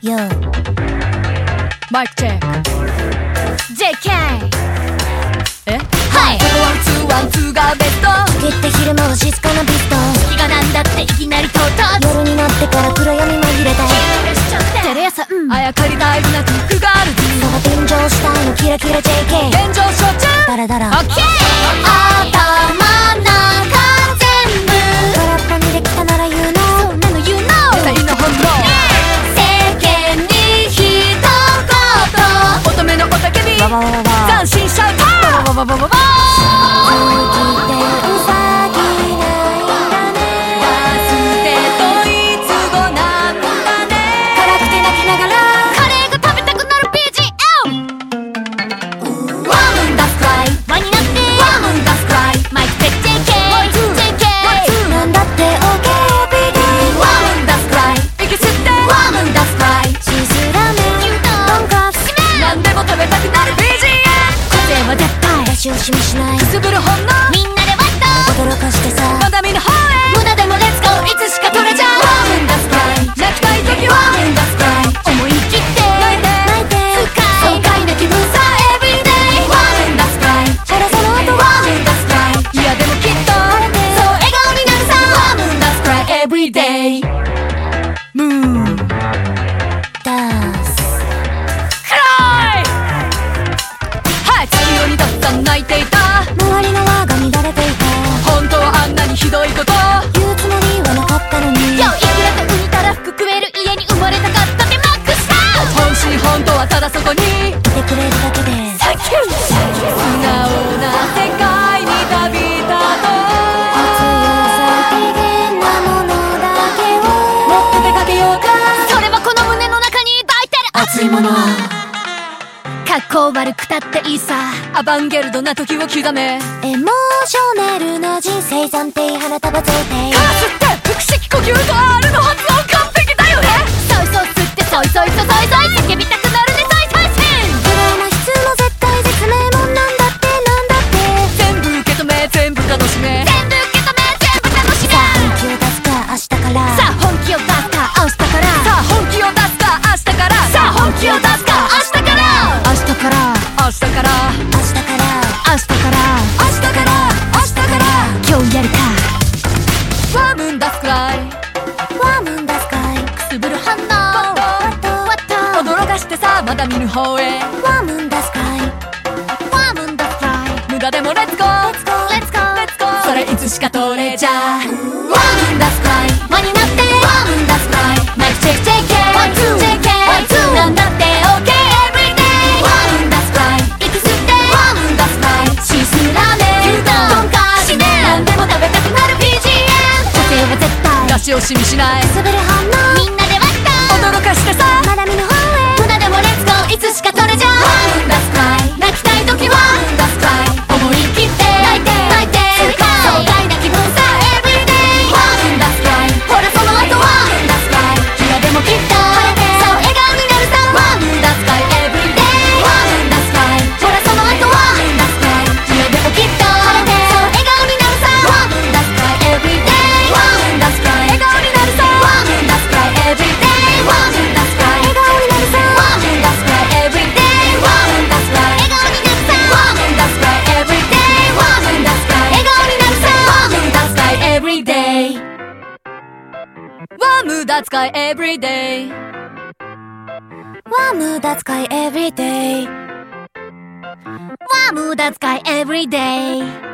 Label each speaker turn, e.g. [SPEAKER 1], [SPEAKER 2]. [SPEAKER 1] Yo.
[SPEAKER 2] Mic check.
[SPEAKER 1] JK!
[SPEAKER 2] え
[SPEAKER 1] はい
[SPEAKER 2] ワンツーワンツーがベスト。
[SPEAKER 1] 食った昼間は静かなビスト
[SPEAKER 2] 気がなんだっていきなり唐突。
[SPEAKER 1] 夜になってから暗闇紛れて
[SPEAKER 2] テレ朝、うん。あやかりたいなトックガールズ。
[SPEAKER 1] 差が天井したいのキラキラ JK
[SPEAKER 2] 現状承知。
[SPEAKER 1] ダラダラ
[SPEAKER 2] オッケー。
[SPEAKER 1] 頭の中全部空っぽにできたなら言うのそんなの言うの
[SPEAKER 2] 野菜の本
[SPEAKER 1] 世間に一言
[SPEAKER 2] 能。乙女のおたけび。
[SPEAKER 1] わわわわ
[SPEAKER 2] 斬新シャウト。わわわわわわ。
[SPEAKER 1] 空気でうさぎないんだね
[SPEAKER 2] バースデードイツ語なんだね。
[SPEAKER 1] 辛くて泣きながらカレーが食べたくなる BGM
[SPEAKER 2] ワンムンダスクライ。
[SPEAKER 1] 輪になって
[SPEAKER 2] ワンムンダスクライ。
[SPEAKER 1] マイクセッ JK JK
[SPEAKER 2] ワンツー
[SPEAKER 1] なんだって OKBD
[SPEAKER 2] ワンムンダスクライ。息吸って。ワンムンダスクライ。
[SPEAKER 1] チーズラーメントンカツ
[SPEAKER 2] 何でも食べたくなる BGM 個性は絶対
[SPEAKER 1] 出し惜しみしない
[SPEAKER 2] くすぶる本能
[SPEAKER 1] みんなでワット驚かしてさ
[SPEAKER 2] まだ見ぬ方へ
[SPEAKER 1] 無駄でもレッツゴーいつしか取れちゃう
[SPEAKER 2] ワームンダスクライ泣きたい時はワームンダスクライ思い切って泣いて
[SPEAKER 1] 泣いて
[SPEAKER 2] 爽快な気分さ Everyday ワームンダスクライ
[SPEAKER 1] 辛さの後
[SPEAKER 2] ワームンダスクライいやでもきっとそう笑顔になるさワームンダスクライ Everyday ムーン
[SPEAKER 1] ダンス
[SPEAKER 2] クライはい地球にたくさん泣いていた
[SPEAKER 1] 周りの輪が乱れていた
[SPEAKER 2] 本当はあんなにひどいこと
[SPEAKER 1] 言うつもりはなかったのに
[SPEAKER 2] よいくらと浮いたら服食える家に生まれたかったでマックスだ本心本当はただそこに
[SPEAKER 1] 来てくれるだけで
[SPEAKER 2] 素直な世界に旅
[SPEAKER 1] 熱い
[SPEAKER 2] 立
[SPEAKER 1] よ
[SPEAKER 2] と
[SPEAKER 1] 最低限なものだけを
[SPEAKER 2] もっと出かけようか
[SPEAKER 1] それはこの胸の中に抱いてる
[SPEAKER 2] 熱いものは
[SPEAKER 1] 格好悪くたっていいさ
[SPEAKER 2] アバンゲルドな時を刻めか
[SPEAKER 1] エモーショナルな人生暫定花束贈呈
[SPEAKER 2] すって腹式呼吸と R の発音完璧だよね
[SPEAKER 1] ソイソイ吸ってソイソイソイソイ叫びたくなるねソイソイスグレーも質も絶対絶命もなんだってなんだって
[SPEAKER 2] 全部受け止め全部楽しめ
[SPEAKER 1] 全部受け止め全部楽しめさあ本気を出すか明日から
[SPEAKER 2] さあ
[SPEAKER 1] 本気を出すか明日から
[SPEAKER 2] さあ本気を出すか明日からさあ本気を出すか明日から
[SPEAKER 1] 明日から
[SPEAKER 2] 明日から
[SPEAKER 1] 明日から
[SPEAKER 2] 明日から明日から明日から
[SPEAKER 1] 今日やるか
[SPEAKER 2] ワームンダスクライ
[SPEAKER 1] ワームンダスカイ
[SPEAKER 2] くすぶる反
[SPEAKER 1] ワットワッ
[SPEAKER 2] 応
[SPEAKER 1] ト
[SPEAKER 2] 驚かしてさまだ見ぬ方へ
[SPEAKER 1] ワームンダスカイワームンダスカイ
[SPEAKER 2] 無駄でもレッツゴー
[SPEAKER 1] Let's go Let's go Let's go
[SPEAKER 2] それいつしか取れちゃうワームンダスクライ
[SPEAKER 1] 輪になって
[SPEAKER 2] ワームンダスクライマイクチェック JK
[SPEAKER 1] ワンツー
[SPEAKER 2] JK
[SPEAKER 1] ワンツー
[SPEAKER 2] なんだって OK Everyday ワームンダスクライ
[SPEAKER 1] 息吸って
[SPEAKER 2] ワームンダスクライシスラーメン
[SPEAKER 1] 牛タン
[SPEAKER 2] トンカツ
[SPEAKER 1] シネ
[SPEAKER 2] 何でも食べたくなる
[SPEAKER 1] 女
[SPEAKER 2] BGM
[SPEAKER 1] 性は絶対
[SPEAKER 2] 出し惜しみしない
[SPEAKER 1] 滑る反応みんなでワッ
[SPEAKER 2] 驚かしてさ
[SPEAKER 1] トまだ見ぬ方へ無駄でもレッツゴーいつしか取れちゃ
[SPEAKER 2] ワームンダスクライ
[SPEAKER 1] う泣きたい時
[SPEAKER 2] ワ
[SPEAKER 1] は
[SPEAKER 2] ンダスカイ思い切って泣いて泣いて爽快な気分さ Everyday ワンダスカイほらその後ワンダスカイ嫌でもきっと晴れてさ笑顔になるさワンダスカイ Everyday ワンダスカイほらその後ワンダスカイ嫌でもきっと晴れてさ笑顔になるさワンダスカイ Everyday ワンダスカイ笑顔になるさワンダスカイ Everyday ワンダスカイ笑顔になるさワンダスカイ Everyday ワンダスカイ
[SPEAKER 1] 笑顔になるさ
[SPEAKER 2] That's guy every day.
[SPEAKER 1] ワームだ使い everyday ワームだ使い everyday